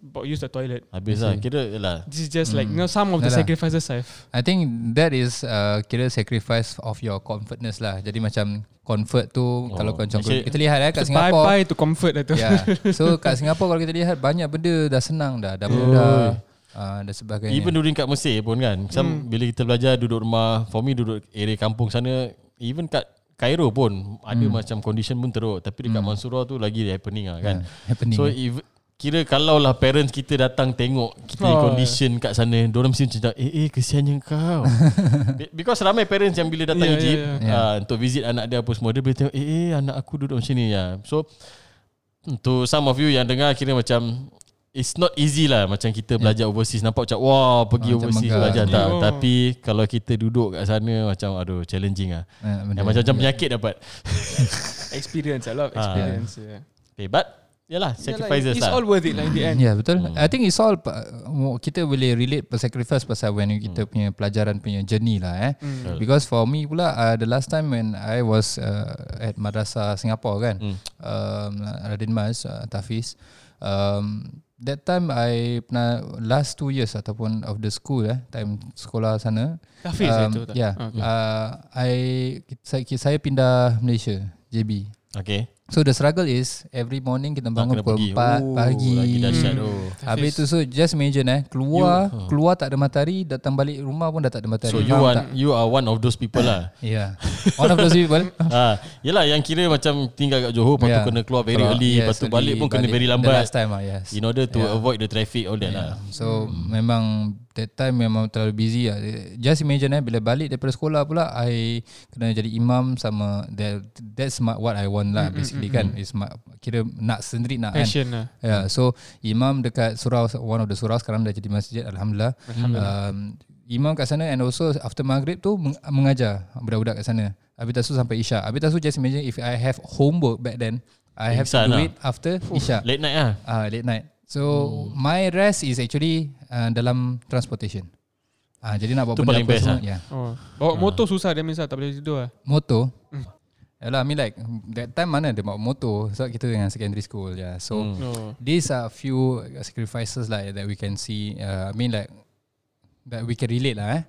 but use the toilet. Habis lah Kira lah This is just like you know some of the Yalah. sacrifices I've. I think that is uh, kira sacrifice of your comfortness lah. Jadi macam comfort tu oh. kalau kau macam Actually- kita lihat eh kat Bye Singapura. bye to comfort lah tu. Yeah. So kat Singapura kalau kita lihat banyak benda dah senang dah, dah mudah uh, dan sebagainya. Even during kat Mesir pun kan Hmm. some, Bila kita belajar duduk rumah For me duduk area kampung sana Even kat Cairo pun Ada macam condition pun teruk Tapi dekat Mansurah tu Lagi happening lah kan Ya, happening. Ah, So if, Kira kalau lah parents kita datang tengok kita ya. Oh. oh. condition kat sana Diorang mesti macam Eh eh kesiannya kau Be- Because ramai parents yang bila Ya, datang Yeah, yeah, Egypt yeah, yeah, yeah. Uh, Untuk visit anak dia apa semua Dia boleh tengok Eh eh anak aku duduk macam ni ya. So To some of you yang dengar Kira macam It's not easy lah Macam kita belajar yeah. overseas Nampak macam Wah Ya. Ah, macam pergi overseas megah. belajar tak Yeah. Tapi kalau kita duduk kat sana Macam aduh challenging lah Ah, benda- Yang macam-macam penyakit dapat Experience, a lot of experience. yeah. okay, But Yalah yeah, sacrifices like, It's lah all worth it lah in the end. Ya yeah, betul. Hmm. I think it's all uh, kita boleh relate pasal sacrifice pasal when kita punya pelajaran punya journey lah eh. Hmm. Because for me pula uh, the last time when I was uh, at madrasah Singapore kan, hmm. um, Radin Mas uh, Tafiz, um, that time I pernah last two years ataupun of the school eh time sekolah sana. Hafiz um, itu. yeah. Okay. Uh, I saya, saya pindah Malaysia JB. Okay So the struggle is every morning kita bangun Ah, kena pergi. Oh, pukul 4 pagi. Lagi dahsyat Oh. Hmm. tu Habis tu so just imagine eh keluar you, keluar tak ada matahari datang balik rumah pun dah tak ada matahari. So you Faham are tak? you are one of those people lah. Yeah. One of those people. ha, yelah yang kira macam tinggal kat Johor lepas yeah. tu Yeah. kena keluar Ya. very Keluar, early, yes, lepas tu balik early, pun kena very The last lambat time ah yes. in order to yeah. avoid the traffic all that yeah. lah. So hmm. memang that time memang terlalu busy lah. Just imagine eh bila balik daripada sekolah pula I kena jadi imam sama that, that's my, what I want lah basically kan. Is my, kira nak sendiri Eh, nak kan. Passion lah. Ya, yeah, so imam dekat surau one of the surau sekarang dah jadi masjid alhamdulillah. Um, imam kat sana and also after maghrib tu meng- mengajar budak-budak kat sana. Habis tasu sampai Isya. Habis tasu just imagine if I have homework back then, I have to Pingsan do lah. it after Isya. Late Hmm. night lah. Ah, late night. So my rest is actually uh, dalam transportation. Ah, jadi nak buat Tu benda paling apa best semua, lah. yeah. Oh. Bawa motor susah dia misal tak boleh tidur lah. Motor. Hmm. Yalah, I mean like that time mana ada bawa motor. So kita dengan secondary school ya. Yeah. So Hmm. Oh. these are few sacrifices lah that we can see. Uh, I mean like that we can relate lah. Eh.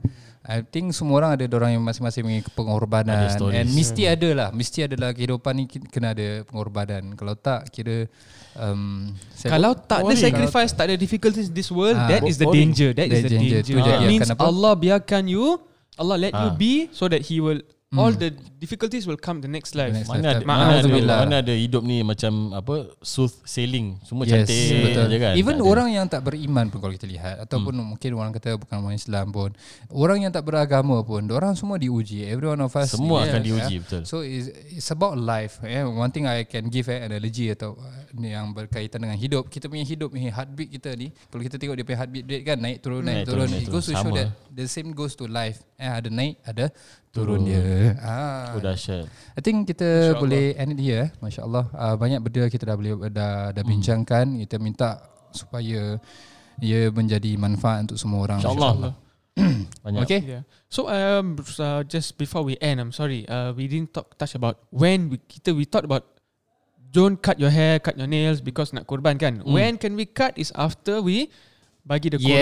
I think semua orang ada orang yang masing-masing punya pengorbanan Ada stories. and Hmm. mesti ada lah, mesti ada lah kehidupan ni ki- kena ada pengorbanan. Kalau tak kira um, saya- Kalau tak ada Boring. sacrifice, tak ada difficulties in this world, Ah, that is the boring. danger. That is The the danger. danger. Tu je It dia means akan apa? Allah biarkan you, Allah let you Ah. be so that he will all the difficulties will come the next life. next Ma'am, Mana ada, mana, ada, Alhamdulillah. mana ada hidup ni macam apa sooth sailing semua Yes, cantik betul. je kan. Even Tak ada. orang yang tak beriman pun kalau kita lihat ataupun hmm. mungkin orang kata bukan orang Islam pun, orang yang tak beragama pun, orang semua diuji. Everyone of us semua yes, akan diuji yeah. betul. So it's, it's about life. Eh. One thing I can give eh, analogy atau uh, ni yang berkaitan dengan hidup. Kita punya hidup ni heartbeat kita ni. Kalau kita tengok dia punya heartbeat rate kan naik turun naik, naik turun. Naik, it goes turun. to show Sama. that the same goes to life. Eh, ada naik ada turun, dia. Ah, Oh dahsyat. I think kita boleh end it here eh. Masya-Allah. Uh, banyak benda kita dah boleh dah Hmm. dah bincangkan. Kita minta supaya ia menjadi manfaat untuk semua orang. Insya-Allah. Banyak. Okay. Yeah. So um, s- uh, just before we end, I'm sorry, uh, we didn't talk touch about when we kita we talked about don't cut your hair, cut your nails because nak korban kan. Hmm. When can we cut is after we bagi the korban.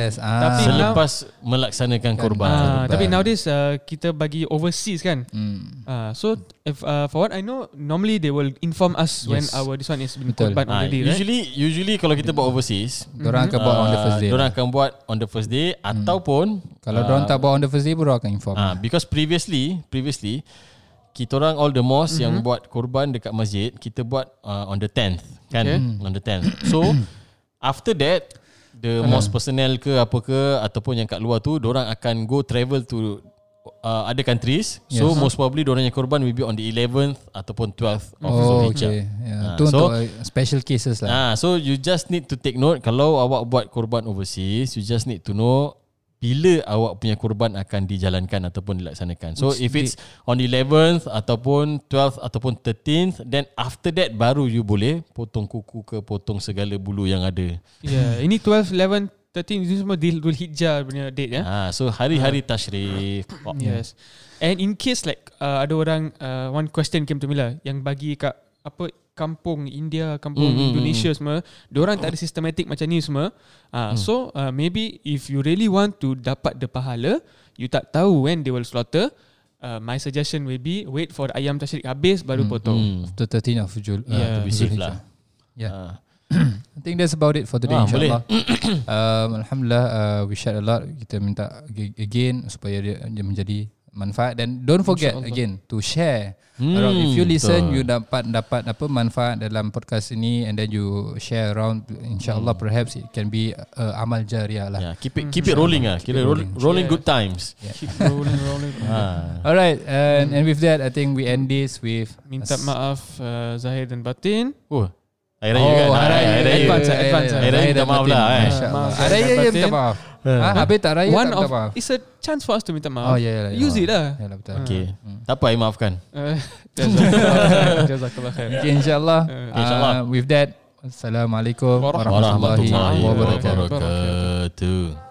Yes. Ah. Tapi now, lah. Selepas Kan. melaksanakan korban. Ah, Korban. tapi nowadays uh, kita bagi overseas kan. Hmm. Uh, so if uh, for what I know, normally they will inform us when Yes. our this one is been Betul. korban Ah, already, right? usually usually kalau kita buat overseas Diorang akan Ah, buat on the first day. Orang Lah. akan buat on the first day ataupun Kalau ah, diorang tak buat on the first day, baru akan inform. Ah, because previously, previously kita orang all the mosque mm-hmm. yang buat korban dekat masjid, kita buat uh, on the 10th kan? Okay. Okay. On the 10th. So after that the mosque personnel ke apa ke ataupun yang kat luar tu, orang akan go travel to uh, other countries. Yes. So most probably orang yang korban will be on the 11th ataupun 12th of Oh, Zulhijjah. okay. Yeah. Ah, tu so- untuk uh, special cases lah. Ah, so you just need to take note kalau awak buat korban overseas, you just need to know bila awak punya korban akan dijalankan ataupun dilaksanakan. So Which if it's on the 11th ataupun 12th ataupun 13th, then after that baru you boleh potong kuku ke potong segala bulu yang ada. Yeah, ini 12, 11, 13 ini semua Dhul Dhul Hijjah punya date ya. Ah, so hari-hari tashrif. Oh, Ah. Yes. And in case like uh, ada orang uh, one question came to me lah yang bagi kat apa kampung India, kampung Mm, mm, mm, Indonesia semua, diorang tak ada sistematik macam ni semua. Uh, mm. So uh, maybe if you really want to dapat the pahala, you tak tahu when they will slaughter. Uh, my suggestion will be wait for the ayam tasrik habis baru mm, potong. Mm. After 13 of Jul. Yeah. Uh, To be safe lah. Yeah. Ah. I think that's about it for today Ah, ah, insyaAllah. um, Alhamdulillah, uh, we shared a lot. Kita minta ag- again supaya dia, dia menjadi manfaat dan don't forget again to share. Hmm, around. If you listen, betul. you dapat dapat apa manfaat dalam podcast ini and then you share around. InsyaAllah perhaps it can be uh, amal jariah lah. Hmm. Yeah, Ya, keep it keep it rolling ah. Kira rolling, rolling good times. Keep rolling, rolling. Ah. Alright, and, and with that, I think we end this with Minta maaf uh, Zahir dan Batin. Oh. Hari Raya kan? Ah, Hari Raya. Advance lah, advance lah. Hari Raya minta maaf lah, eh. InsyaAllah. Maaf, Hari Raya Zaid je dan minta Batin. maaf. Ha, habis tak Raya One tak of minta maaf. it's a chance for us to minta maaf. Oh, ya, ya, ya. Use it lah. Yalah, betul. Okay. Hmm. Tak apa, I maafkan. Uh, jazakallah khair, Jazakallah khair. Okay, insyaAllah. Okay, insyaAllah. Uh, with that, Assalamualaikum warahmatullahi Warahmatullahi wabarakatuh. wabarakatuh.